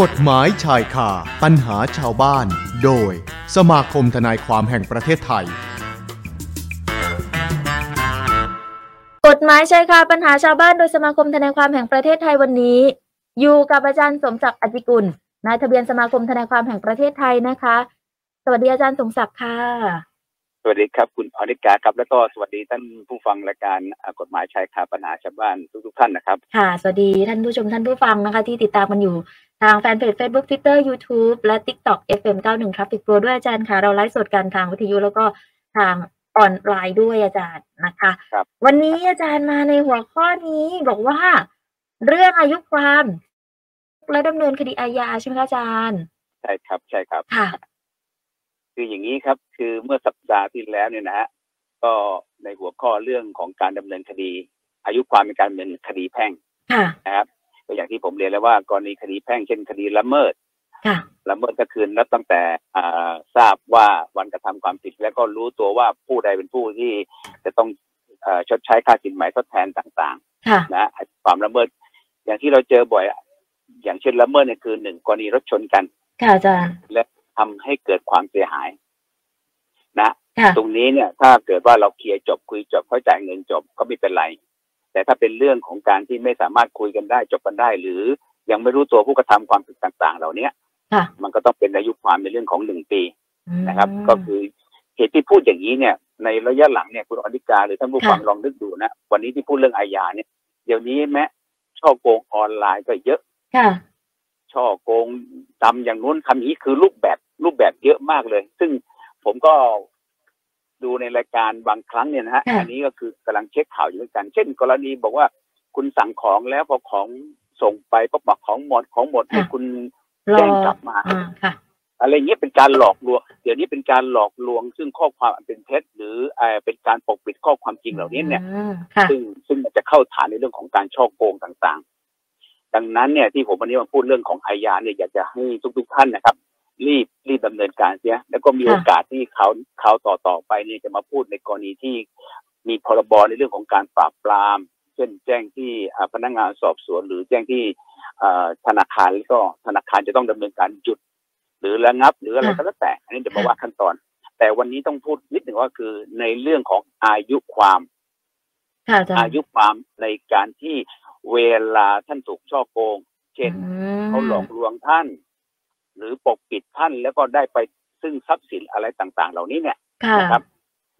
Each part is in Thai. กฎหมายชายคาปัญหาชาวบ้าน โดย สมาคมทนายความแห่งประเทศไทย กฎหมายชายคาปัญหาชาวบ้านโดยสมาคมทนายความแห่งประเทศไทยวันนี้ อยู่กับอาจารย์สมศักดิ์อจิกุลนายทะเบียนสมาคมทนายความแห่งประเทศไทยนะคะ สวัสดีอาจารย์สมศักดิ์ค่ะ สวัสดีครับคุณอนิกาครับ แล้วก็สวัสดีท่านผู้ฟังรายการอ่ากฎหมายชายคาปัญหาชาวบ้านทุกๆท่านนะครับ ค่ะ สวัสดีท่านผู้ชมท่านผู้ฟังนะคะ ที่ติดตามกันอยู่ทางแฟนเพจ Facebook Twitter YouTube และ TikTok FM 91 Traffic Pro ด้วยอาจารย์ค่ะ เราไลฟ์สดกันทางวิทยุแล้วก็ทางออนไลน์ด้วยอาจารย์นะคะ ครับ วันนี้อาจารย์มาในหัวข้อนี้บอกว่า เรื่องอายุความและดำเนินคดีอาญาใช่ไหมคะอาจารย์ ใช่ครับใช่ครับ ค่ะ คืออย่างนี้ครับ คือเมื่อสัปดาห์ที่แล้วเนี่ยนะฮะก็ในหัวข้อเรื่องของการดำเนินคดี อายุความเป็นการดำเนินคดีแพ่ง ค่ะ นะครับก็อย่างที่ผมเรียนแล้วว่ากรณีคดีแพ่งเช่นคดีละเมิด ค่ะ ละเมิดก็คือนับตั้งแต่อ่าทราบว่าวันกระทำความผิด แล้วก็รู้ตัวว่าผู้ใดเป็นผู้ที่จะต้องเอ่อชดใช้ค่าสินไหมทดแทนต่าง ๆ ค่ะ นะความละเมิดอย่างที่เราเจอบ่อยอะอย่างเช่นละเมิดเนี่ยคือหนึ่งกรณีรถชนกัน ค่ะอาจารย์ ทำให้เกิดความเสียหาย นะ ค่ะ ตรงนี้เนี่ย ถ้าเกิดว่าเราเคลียร์จบคุยจบเข้าจ่ายเงินจบก็ไม่เป็นไร แต่ถ้าเป็นเรื่องของการที่ไม่สามารถคุยกันได้จบกันได้ หรือยังไม่รู้ตัวผู้กระทำความผิดต่าง ๆ เหล่าเนี้ย ค่ะ มันก็ต้องเป็นอายุความในเรื่องของหนึ่งปี อืม นะครับก็คือเหตุที่พูดอย่างนี้เนี่ย ในระยะหลังเนี่ยคุณอนิกาหรือท่านผู้ ค่ะ ฟังลองนึกดูนะ วันนี้ที่พูดเรื่องอาญาเนี่ยเดี๋ยวนี้แม้ช่อโกงออนไลน์ก็เยอะ ค่ะ ช่อโกงทำอย่างนู้นทำอย่างนี้คือรูปแบบรูปแบบเยอะมากเลย ซึ่งผมก็ดูในรายการบางครั้งเนี่ยนะฮะ ค่ะ อันนี้ก็คือกำลังเช็คข่าวอยู่เหมือนกัน เช่น กรณีบอกว่าคุณสั่งของแล้วพอของส่งไปก็บอกของหมดของหมดให้คุณ ร แจ้ อง กลับมา อ่าค่ะ อะไรเงี้ยเป็นการหลอกลวงเดี๋ยวนี้เป็นการหลอกลวง ซึ่งข้อความอันเป็นเท็จหรือเอ่อเป็นการปกปิดข้อความจริงเหล่านี้เนี่ย อืมค่ะ ซึ่งซึ่งมันจะเข้าฐานในเรื่องของการช่อโกงต่างๆ ดังนั้นเนี่ยที่ผมวันนี้มาพูดเรื่องของอาญาเนี่ยอยากจะให้ทุก ๆ ท่านนะครับ รีบรีบดำเนินการเสียแล้วก็มี ค่ะ โอกาสที่เขาเขาวต่อต่อไปเนี่ยจะมาพูดในกรณีที่มีพรบในเรื่องของการปราบปราม เช่นแจ้งที่อ่าพนักงานสอบสวน หรือแจ้งที่อ่าธนาคารแล้วก็ธนาคารจะต้องดำเนินการหยุด หรือระงับหรืออะไรก็แล้วแต่ อันนี้เดี๋ยวมาว่าขั้นตอน แต่วันนี้ต้องพูดนิดหนึ่งว่าคือในเรื่องของอายุความ ค่ะอาจารย์ อายุความในการที่เวลาท่านถูกช่อโกง เช่น อืม เขาหลอกลวงท่าน หรือปกปิดท่านแล้วก็ได้ไปซึ่งทรัพย์สินอะไรต่าง ๆ เหล่านี้เนี่ย ค่ะ นะครับ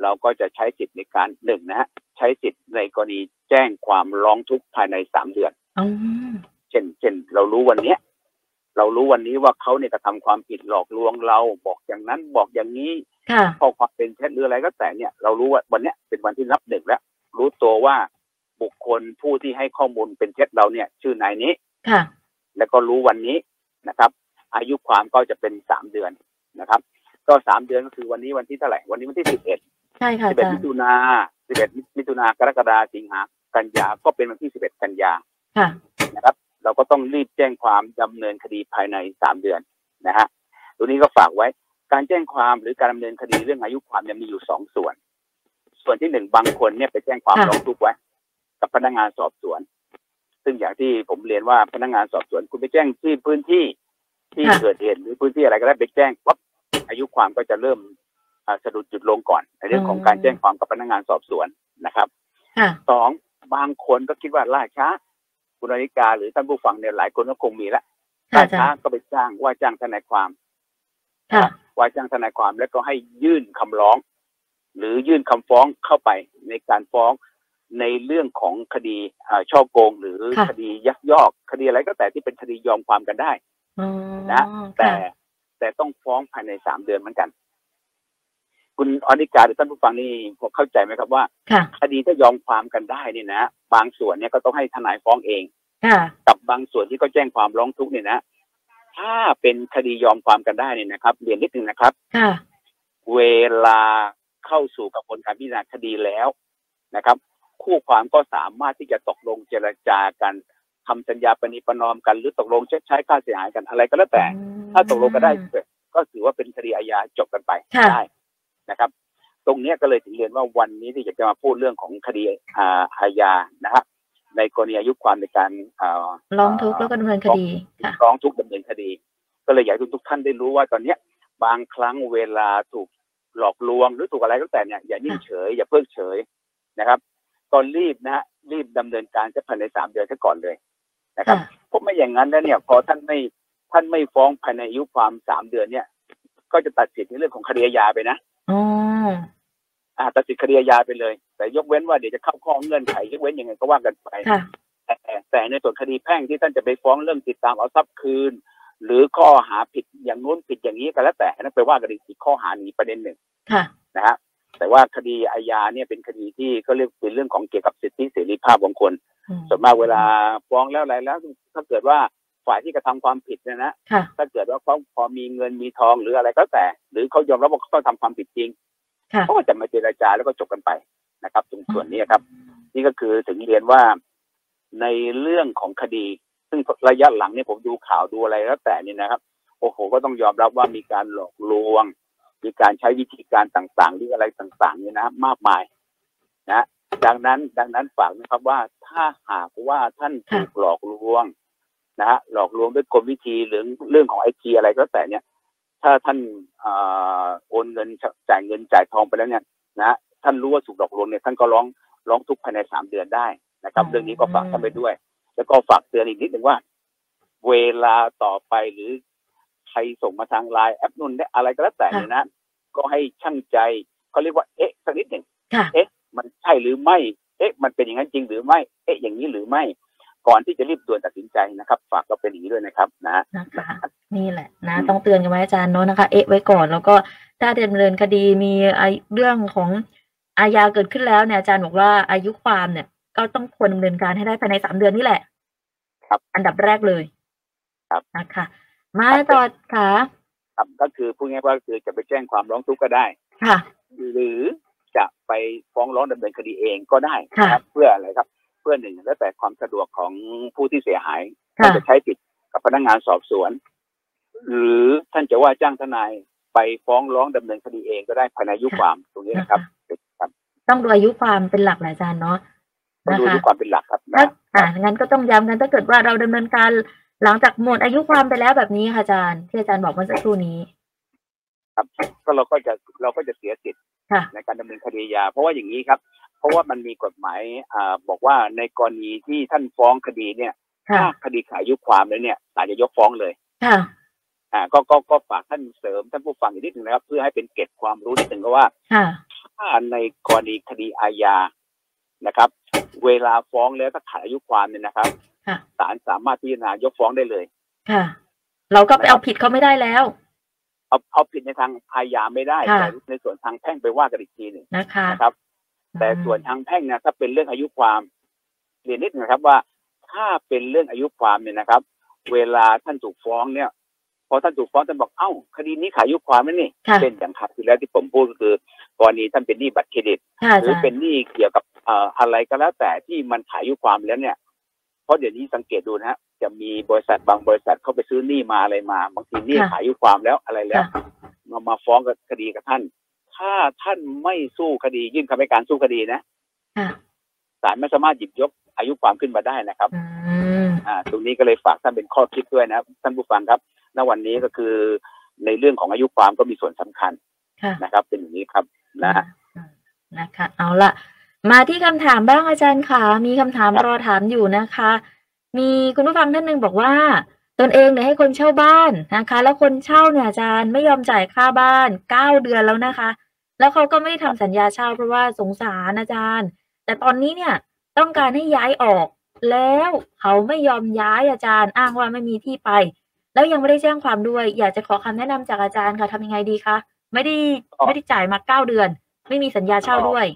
เราก็จะใช้สิทธิ์ในการหนึ่งนะฮะใช้สิทธิ์ในกรณีแจ้งความร้องทุกข์ภายในสามเดือน อืม เช่น เช่น เรารู้วันเนี้ย เรารู้วันนี้ว่าเขาเนี่ยกระทำความผิดหลอกลวงเราบอกอย่างนั้นบอกอย่างนี้ ค่ะ ข้อความเป็นแชทหรืออะไรก็แต่เนี่ยเรารู้ว่าวันเนี้ยเป็นวันที่นับหนึ่งแล้ว รู้ตัวว่าบุคคลผู้ที่ให้ข้อมูลเป็นแชทเราเนี่ย ชื่อนายนี้ ค่ะ แล้วก็รู้วันนี้นะครับ อายุความก็จะเป็นสามเดือนนะครับ ก็สามเดือนก็คือวันนี้วันที่เท่าไหร่วันนี้วันที่สิบเอ็ด ใช่ค่ะ สิบ อา เอ็ด จาร มิ ย์ ถุนาสิบเอ็ดมิถุนากรกฎาสิงหากันยาก็เป็นวันที่สิบเอ็ดกันยา ค่ะ นะครับ เราก็ต้องรีบแจ้งความดำเนินคดีภายในสามเดือนนะฮะตรงนี้ก็ฝากไว้ การแจ้งความหรือการดำเนินคดีเรื่องอายุความเนี่ยมีอยู่สองส่วน ส่วนที่หนึ่งบางคนเนี่ยไปแจ้งความ ค่ะ ร้องทุกข์ไว้ กับพนักงานสอบสวน ซึ่งอย่างที่ผมเรียนว่าพนักงานสอบสวนคุณไปแจ้งที่พื้นที่ที่ ค่ะ เกิดเหตุหรือพื้นที่อะไรก็ได้ไปแจ้งปั๊บอายุความก็จะเริ่มอ่าสะดุดหยุดลงก่อนในเรื่องของการแจ้งความกับพนักงานสอบสวนนะครับ ค่ะ สองบางคนก็คิดว่าล่าช้า คุณอนิกาหรือท่านผู้ฟังเนี่ยหลายคนก็คงมีละ ค่ะ ล่า อาจารย์ ช้าก็ไปจ้างว่าจ้างทนายความ ค่ะ ว่าจ้างทนายความแล้วก็ให้ยื่นคำร้อง หรือยื่นคำฟ้องเข้าไปในการฟ้องในเรื่องของคดีอ่าช่อโกง หรือ ค่ะ คดียักยอก คดีอะไรก็แต่ที่เป็นคดียอมความกันได้ อ๋อ นะ แต่ ค่ะ แต่ต้องฟ้องภายในสามเดือนเหมือนกัน คุณอนิกาหรือท่านผู้ฟังนี่พอเข้าใจไหมครับว่า ค่ะ คดีถ้ายอมความกันได้เนี่ยนะ บางส่วนเนี่ยก็ต้องให้ทนายฟ้องเอง ค่ะ กับบางส่วนที่เขาแจ้งความร้องทุกข์เนี่ยนะ ถ้าเป็นคดียอมความกันได้เนี่ยนะครับเรียนนิดนึงนะครับ ค่ะ เวลาเข้าสู่กระบวนการพิจารณาคดีแล้วนะครับ คู่ความก็สามารถที่จะตกลงเจรจากันทำสัญญาปณิประนอมกัน หรือตกลงชดใช้ค่าเสียหายกันอะไรก็แล้วแต่ ถ้าตกลงกันได้ก็ถือว่าเป็นคดีอาญาจบกันไป ค่ะ ได้นะครับ ตรงเนี้ยก็เลยถึงเรียนว่าวันนี้ที่อยากจะมาพูดเรื่องของคดีอาอาญานะครับ ในกรณีอายุความในการอ่า ร้องทุกข์แล้วก็ดำเนินคดีค่ะ ร้องทุกข์ดำเนินคดี ก็เลยอยากให้ทุกๆท่านได้รู้ว่าตอนเนี้ยบางครั้งเวลาถูกหลอกลวงหรือถูกอะไรก็แล้วแต่เนี่ยอย่านิ่งเฉย อย่าเพิกเฉยนะครับ ตอนรีบนะฮะรีบดำเนินการจะภายในสามเดือนซะก่อนเลยนะครับ ค่ะ เพราะไม่อย่างนั้นแล้วเนี่ยพอท่านไม่ท่านไม่ฟ้องภายในอายุความสามเดือนเนี่ย ก็จะตัดสิทธิ์ในเรื่องของคดีอาญาไปนะ อ๋อ อ่าตัดสิทธิ์คดีอาญาไปเลย แต่ยกเว้นว่าเดี๋ยวจะเข้าข้อเงื่อนไขยกเว้นยังไงก็ว่ากันไป ค่ะ แต่แต่ในส่วนคดีแพ่งที่ท่านจะไปฟ้องเรื่องติดตามเอาทรัพย์คืน หรือข้อหาผิดอย่างนู้นผิดอย่างนี้ก็แล้วแต่นั่นไปว่ากันอีกอีกข้อหาหนี้ประเด็นหนึ่ง ค่ะ นะฮะแต่ว่าคดีอาญาเนี่ยเป็นคดีที่ก็เรียกเป็นเรื่องของเกี่ยวกับสิทธิเสรีภาพของคน อืม ส่วนมากเวลาฟ้องแล้วอะไรแล้ว ถ้าเกิดว่าฝ่ายที่กระทำความผิดเนี่ยนะ ค่ะ ถ้าเกิดว่าเขาพอมีเงินมีทองหรืออะไรก็แล้วแต่ หรือเขายอมรับว่าเขาทำความผิดจริง ค่ะ เขาก็จะมาเจรจาแล้วก็จบกันไปนะครับ ตรงส่วนนี้ครับ นี่ก็คือถึงเรียนว่าในเรื่องของคดี ซึ่งระยะหลังเนี่ยผมดูข่าวดูอะไรแล้วแต่เนี่ยนะครับ โอ้โหก็ต้องยอมรับว่ามีการหลอกลวง มีการใช้วิธีการต่างๆหรืออะไรต่างๆเนี่ยนะมากมายนะดังนั้นดังนั้นฝากนะครับว่าถ้าหากว่าท่านถูกหลอกลวงนะฮะหลอกลวงด้วยกลวิธีหรือเรื่องของไอทีอะไรก็แล้วแต่เนี่ย ถ้าท่านเอ่อโอนเงินจ่ายเงินจ่ายทองไปแล้วเนี่ยนะฮะท่านรู้ว่าถูกหลอกลวงเนี่ยท่านก็ร้อง ร้องทุกข์ภายในสามเดือนได้นะครับ อืม เรื่องนี้ก็ฝากท่านไปด้วย แล้วก็ฝากเตือนอีกนิดหนึ่งว่า เวลาต่อไปหรือใครส่งมาทางไลน์แอปนุ่นได้อะไรก็แล้วแต่เนี่ยนะ ก็ให้ช่างใจเขาเรียกว่าเอ๊ะสักนิดหนึ่ง ค่ะ มันใช่หรือไม่ เอ๊ะ มันเป็นอย่างนั้นจริงหรือไม่ เอ๊ะ อย่างนี้หรือไม่ ก่อนที่จะรีบด่วนตัดสินใจนะครับ ฝากก็เป็นอย่างนี้ด้วยนะครับนะ นะคะนี่แหละนะ อืม ต้องเตือนกันไว้อาจารย์เนอะนะคะ เอ๊ะไว้ก่อนแล้วก็ถ้าดำเนินคดีมีไอ้เรื่องของอาญาเกิดขึ้นแล้วเนี่ยอาจารย์บอกว่าอายุความเนี่ย ก็ต้องควรดำเนินการให้ได้ภายในสามเดือนนี่แหละ ครับ อันดับแรกเลย ครับ นะคะมาต่อค่ะ ครับก็คือพูดง่ายๆว่าคือจะไปแจ้งความร้องทุกข์ก็ได้ ค่ะ หรือจะไปฟ้องร้องดำเนินคดีเองก็ได้ ค่ะ นะครับ เพื่ออะไรครับ เพื่อหนึ่งแล้วแต่ความสะดวกของผู้ที่เสียหาย ค่ะ ท่านจะใช้ผิดกับพนักงานสอบสวน หรือท่านจะว่าจ้างทนายไปฟ้องร้องดำเนินคดีเองก็ได้ภายในอายุความตรงนี้นะครับครับ ต้องดูอายุความเป็นหลักแหละอาจารย์เนาะ ต้อง นะคะดูด้วยความเป็นหลักครับ ถ้า นะ อ่างั้นก็ต้องย้ำกันถ้าเกิดว่าเราดำเนินการหลังจากหมดอายุความไปแล้วแบบนี้ค่ะอาจารย์ที่อาจารย์บอกเมื่อสักครู่นี้ ครับก็เราก็จะเราก็จะเสียสิทธิ์ ค่ะ ในการดำเนินคดียา เพราะว่าอย่างนี้ครับ เพราะว่ามันมีกฎหมายอ่าบอกว่าในกรณีที่ท่านฟ้องคดีเนี่ย ค่ะ ถ้าคดีขายยุความแล้วเนี่ยศาลจะยกฟ้องเลย ค่ะ อ่าก็ก็ก็ฝากท่านเสริมท่านผู้ฟังอีกนิดหนึ่งนะครับ เพื่อให้เป็นเกร็ดความรู้นิดหนึ่งก็ว่า ค่ะ ถ้าในกรณีคดีอาญานะครับ เวลาฟ้องแล้วถ้าขาดอายุความเนี่ยนะครับ ค่ะ ศาลสามารถพิจารณายกฟ้องได้เลย ค่ะ เราก็ไปเอาผิดเขาไม่ได้แล้ว เอาเอาผิดในทางอาญาไม่ได้ ค่ะ แต่ในส่วนทางแพ่งไปว่ากันอีกทีหนึ่ง นะคะ นะครับ แต่ส่วนทางแพ่งนะถ้าเป็นเรื่องอายุความเรียนนิดหนะครับว่าถ้าเป็นเรื่องอายุความเนี่ยนะครับ เวลาท่านถูกฟ้องเนี่ย พอท่านถูกฟ้องท่านบอกเอ้าคดีนี้ขายอายุความแล้วนี่ ค่ะ เป็นอย่างครับที่แล้วที่ผมพูดก็คือกรณีท่านเป็นหนี้บัตรเครดิต ค่ะอา หรือ จาร เป็น ย์ หนี้เกี่ยวกับเอ่ออะไรก็แล้วแต่ที่มันขายอายุความแล้วเนี่ย เพราะเดี๋ยวนี้สังเกตดูนะฮะจะมีบริษัทบางบริษัทเข้าไปซื้อหนี้มาอะไรมาบางทีหนี้ขายอายุความแล้วอะไรแล้ว ค่ะ มามาฟ้องกับคดีกับท่าน ถ้าท่านไม่สู้คดียื่นคำให้การสู้คดีนะ ค่ะ ศาลไม่สามารถหยิบยกอายุความขึ้นมาได้นะครับ อืม อ่า ตรงนี้ก็เลยฝากท่านเป็นข้อคิดด้วยนะครับท่านผู้ฟังครับ ณ วันนี้ก็คือในเรื่องของอายุความก็มีส่วนสำคัญ ค่ะ นะครับ เป็นอย่างนี้ครับนะ อืมนะคะ เอาละมาที่คำถามบ้างอาจารย์ค่ะมีคำถาม ครับ รอถามอยู่นะคะ มีคุณผู้ฟังท่านหนึ่งบอกว่า ตนเองเนี่ยให้คนเช่าบ้านนะคะ แล้วคนเช่าเนี่ยอาจารย์ไม่ยอมจ่ายค่าบ้านเก้าเดือนแล้วนะคะ แล้วเขาก็ไม่ได้ทำสัญญาเช่าเพราะว่าสงสารอาจารย์ แต่ตอนนี้เนี่ยต้องการให้ย้ายออก แล้วเขาไม่ยอมย้ายอาจารย์ อ้างว่าไม่มีที่ไป แล้วยังไม่ได้แจ้งความด้วย อยากจะขอคำแนะนำจากอาจารย์ค่ะทำยังไงดีคะไม่ได้ไม่ได้จ่ายมาเก้าเดือน ไม่มีสัญญาเช่าด้วย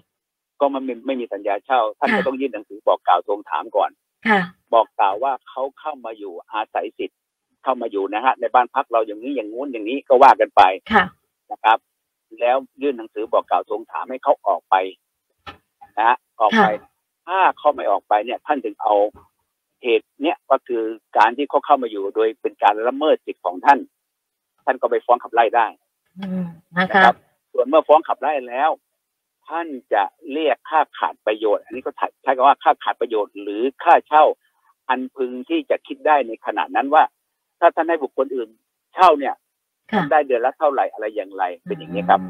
ก็มันไม่ไม่มีสัญญาเช่า ท่าน ค่ะ ก็ต้องยื่นหนังสือบอกกล่าวทวงถามก่อน ค่ะ บอกกล่าวว่าเขาเข้ามาอยู่อาศัยสิทธิ์เข้ามาอยู่นะฮะในบ้านพักเราอย่างนี้อย่างงู้นอย่างนี้ก็ว่ากันไป ค่ะ นะครับ แล้วยื่นหนังสือบอกกล่าวทวงถามให้เขาออกไปนะฮะออกไป ถ้าเขาไม่ออกไปเนี่ยท่านถึงเอาเหตุเนี่ยก็คือการที่เขาเข้ามาอยู่โดยเป็นการละเมิดสิทธิของท่าน ท่านก็ไปฟ้องขับไล่ได้ อืมนะ นะ คะ ครับ ส่วนเมื่อฟ้องขับไล่แล้ว ท่านจะเรียกค่าขาดประโยชน์ อันนี้ก็ใช้คำว่าค่าขาดประโยชน์ หรือค่าเช่าอันพึงที่จะคิดได้ในขณะนั้นว่า ถ้าท่านให้บุคคลอื่นเช่าเนี่ย ค่ะ ได้เดือนละเท่าไหร่อะไรอย่างไรเป็นอย่างนี้ครับ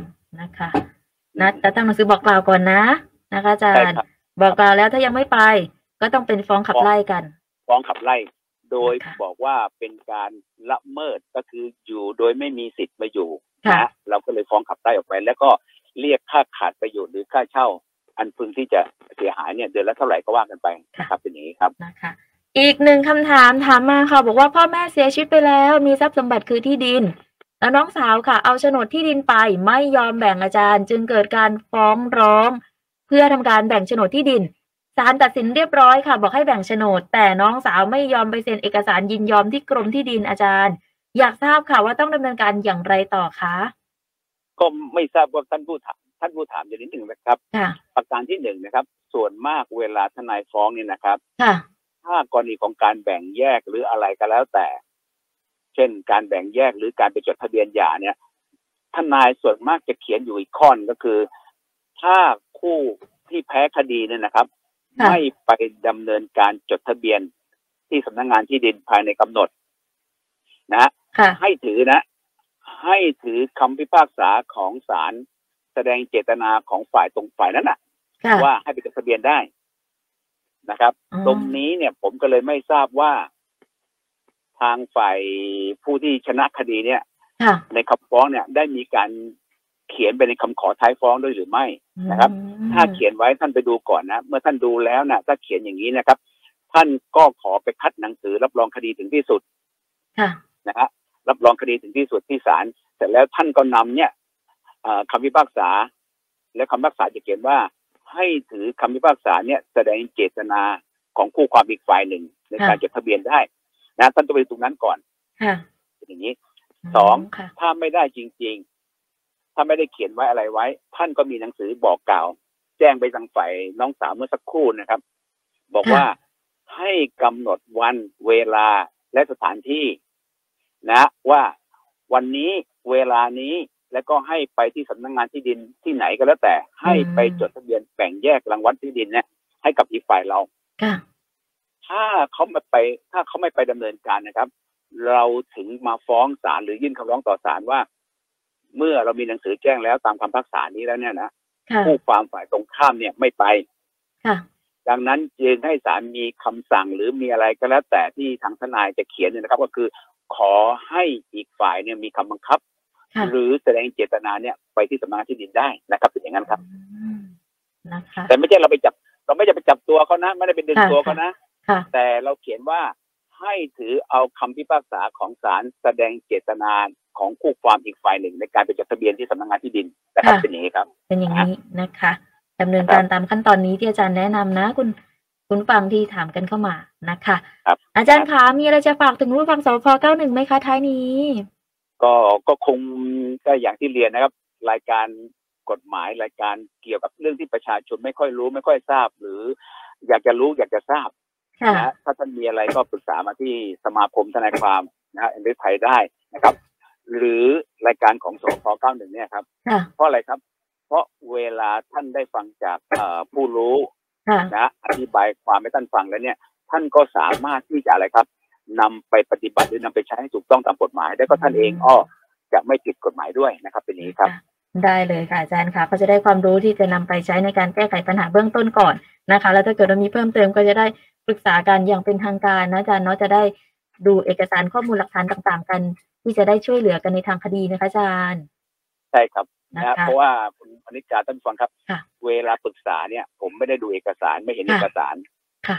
นะคะ นะแต่ต้องหนังสือบอกกล่าวก่อนนะนะคะอาจา ใช่ รย์ ครับ บอกกล่าวแล้วถ้ายังไม่ไป ก็ต้องเป็นฟ้องขับ ฟ้อง ไล่กัน ฟ้องขับไล่ โดย ค่ะ บอกว่าเป็นการละเมิดก็คืออยู่โดยไม่มีสิทธิ์มาอยู่ ค่ะ นะเราก็เลยฟ้องขับไล่ออกไป แล้วก็เรียกค่าขาดประโยชน์หรือค่าเช่า อันพึงที่จะเสียหายเนี่ยเดือนละเท่าไหร่ก็ว่ากันไปนะครับเป็นอย่างนี้ครับ นะคะ อีกหนึ่งคำถามถามมาค่ะบอกว่าพ่อแม่เสียชีวิตไปแล้วมีทรัพย์สมบัติคือที่ดิน แล้วน้องสาวค่ะ เอาโฉนดที่ดินไปไม่ยอมแบ่งอาจารย์ จึงเกิดการฟ้องร้อง เพื่อทำการแบ่งโฉนดที่ดินศาลตัดสินเรียบร้อยค่ะ บอกให้แบ่งโฉนด แต่น้องสาวไม่ยอมไปเซ็นเอกสารยินยอมที่กรมที่ดินอาจารย์ อยากทราบค่ะว่าต้องดำเนินการอย่างไรต่อคะ ก็ไม่ทราบว่าท่านผู้ถามท่านผู้ถามจะนิดหนึ่งนะครับ ค่ะ ประการที่หนึ่งนะครับ ส่วนมากเวลาทนายฟ้องเนี่ยนะครับ ค่ะ ถ้ากรณีของการแบ่งแยกหรืออะไรก็แล้วแต่ เช่น การแบ่งแยกหรือการไปจดทะเบียนหย่าเนี่ยทนายส่วนมากจะเขียนอยู่อีกข้อหนึ่งก็คือ ถ้าคู่ที่แพ้คดีเนี่ยนะครับ ค่ะ ไม่ไปดำเนินการจดทะเบียนที่สำนักงานที่ดินภายในกำหนด นะฮะ ค่ะ ให้ถือนะ ให้ถือคำพิพากษาของศาลแสดงเจตนาของฝ่ายตรงฝ่ายนั้นน่ะ ค่ะ ว่าให้ไปจดทะเบียนได้นะครับ อ๋อ ตรงนี้เนี่ยผมก็เลยไม่ทราบว่า ทางฝ่ายผู้ที่ชนะคดีเนี่ย ค่ะ ในคำฟ้องเนี่ย ได้มีการเขียนไปในคำขอท้ายฟ้องด้วยหรือไม่ นะครับ อืม ถ้าเขียนไว้ท่านไปดูก่อนนะ เมื่อท่านดูแล้วนะถ้าเขียนอย่างนี้นะครับ ท่านก็ขอไปคัดหนังสือ รับรองคดีถึงที่สุด ค่ะ นะฮะรับรองคดีถึงที่สุดที่ศาลเสร็จแล้วท่านก็นำเนี่ยเอ่อคำพิพากษา และคำพิพากษาจะเขียนว่า ให้ถือคำพิพากษาเนี่ยแสดงเจตนาของคู่ความอีกฝ่ายหนึ่ง ในการ ค่ะ จดทะเบียนได้นะท่านต้องไปตรงนั้นก่อน ค่ะ อย่างนี้ สอง ค่ะ ถ้าไม่ได้จริง ๆ ถ้าไม่ได้เขียนไว้อะไรไว้ ท่านก็มีหนังสือบอกกล่าว แจ้งไปทางฝ่ายน้องสาวเมื่อสักครู่นะครับ บอกว่า ค่ะ ให้กำหนดวันเวลาและสถานที่นะ ว่าวันนี้เวลานี้แล้วก็ให้ไปที่สำนักงานที่ดินที่ไหนก็แล้วแต่ ให้ไปจดทะเบียนแบ่งแยกรางวัลที่ดินเนี่ยให้กับอีกฝ่ายเรา ค่ะ ถ้าเขาไม่ไป ถ้าเขาไม่ไปดำเนินการนะครับ เราถึงมาฟ้องศาลหรือยื่นคำร้องต่อศาลว่า เมื่อเรามีหนังสือแจ้งแล้วตามคำพิพักษานี้แล้วเนี่ยนะ ค่ะ ผู้ความฝ่ายตรงข้ามเนี่ยไม่ไป ค่ะ ดังนั้นจึงให้ศาลมีคำสั่งหรือมีอะไรก็แล้วแต่ที่ทางทนายจะเขียนเนี่ยนะครับ ก็คือ ขอให้อีกฝ่ายเนี่ยมีคำบังคับ ค่ะ หรือแสดงเจตนาเนี่ยไปที่สำนักงานที่ดินได้นะครับเป็นอย่างนั้นครับ อืมนะคะ แต่ไม่ใช่เราไปจับ เราไม่จะไปจับตัวเขานะ ไม่ได้ไปดึง ค่ะ ตัวเขานะ ค่ะ แต่เราเขียนว่าให้ถือเอาคำพิพากษาของศาลแสดงเจตนาของคู่ความอีกฝ่ายหนึ่ง ในการไปจดทะเบียนที่สำนักงานที่ดินนะครับ ค่ะ เป็นอย่างนี้ครับ เป็นอย่างนี้นะคะดำเนินการตามขั้นตอนนี้ที่อาจารย์แนะนำนะ คุณคุณฟังที่ถามกันเข้ามานะคะ ครับ อาจารย์คะมีอะไรจะฝากถึงผู้ฟังสพ91ไหมคะท้ายนี้ ก็ก็คงก็อย่างที่เรียนนะครับ รายการกฎหมายรายการเกี่ยวกับเรื่องที่ประชาชนไม่ค่อยรู้ ไม่ค่อยทราบ หรือ อยากจะรู้อยากจะทราบ ค่ะ นะถ้าท่านมีอะไรก็ปรึกษามาที่สมาคมทนายความนะฮะเอ็นดิไทยได้นะครับ หรือรายการของสพ91เนี่ยครับ ค่ะ เพราะอะไรครับ เพราะเวลาท่านได้ฟังจากเอ่อผู้รู้ ค่ะ นะอธิบายความให้ท่านฟังแล้วเนี่ย ท่านก็สามารถที่จะอะไรครับนำไปปฏิบัติหรือนำไปใช้ให้ถูกต้องตามกฎหมาย แล้วก็ท่านเองอ้อจะไม่ผิดกฎหมายด้วยนะครับเป็นอย่างนี้ครับ ได้เลยค่ะอาจารย์ค่ะก็จะได้ความรู้ที่จะนำไปใช้ในการแก้ไขปัญหาเบื้องต้นก่อนนะคะ แล้วถ้าเกิดเรามีเพิ่มเติมก็จะได้ปรึกษากันอย่างเป็นทางการนะอาจารย์เนาะจะได้ดูเอกสารข้อมูลหลักฐานต่างๆ กัน ที่จะได้ช่วยเหลือกันในทางคดีนะคะอาจารย์ ใช่ครับ นะ นะ คะ เพราะว่าคุณอนิจจาท่านฟังครับ ค่ะ เวลาปรึกษาเนี่ย ผมไม่ได้ดูเอกสารไม่เห็น ค่ะ เอกสาร ค่ะ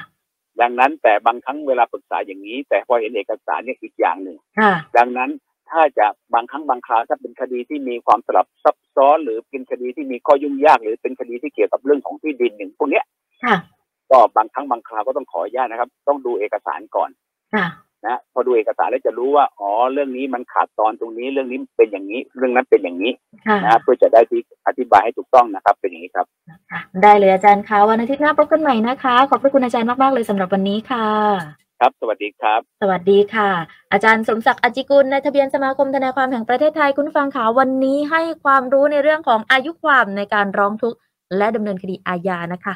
ดังนั้นแต่บางครั้งเวลาปรึกษาอย่างนี้ แต่พอเห็นเอกสารเนี่ยอีกอย่างหนึ่ง ค่ะ ดังนั้นถ้าจะบางครั้งบางคราวถ้าเป็นคดีที่มีความสลับซับซ้อน หรือเป็นคดีที่มีข้อยุ่งยาก หรือเป็นคดีที่เกี่ยวกับเรื่องของที่ดินหนึ่งพวกเนี้ย ค่ะ ก็บางครั้งบางคราวก็ต้องขออนุญาตนะครับ ต้องดูเอกสารก่อน ค่ะ นะพอดูเอกสารแล้วจะรู้ว่าอ๋อเรื่องนี้มันขาดตอนตรงนี้เรื่องนี้เป็นอย่างนี้ เรื่องนั้นเป็นอย่างนี้ ค่ะ นะเพื่อจะได้ที่อธิบายให้ถูกต้องนะครับ เป็นอย่างนี้ครับ ค่ะได้เลยอาจารย์คะวันอาทิตย์หน้าพบกันใหม่นะคะ ขอบพระคุณอาจารย์มากๆเลยสำหรับวันนี้ค่ะ ครับ สวัสดีครับ สวัสดีค่ะ อาจารย์สมศักดิ์อจจิกุลในายทะเบียนสมาคมทนายความแห่งประเทศไทยคุณผู้ฟังขาวันนี้ให้ความรู้ในเรื่องของอายุความในการร้องทุกข์ และดำเนินคดีอาญานะคะ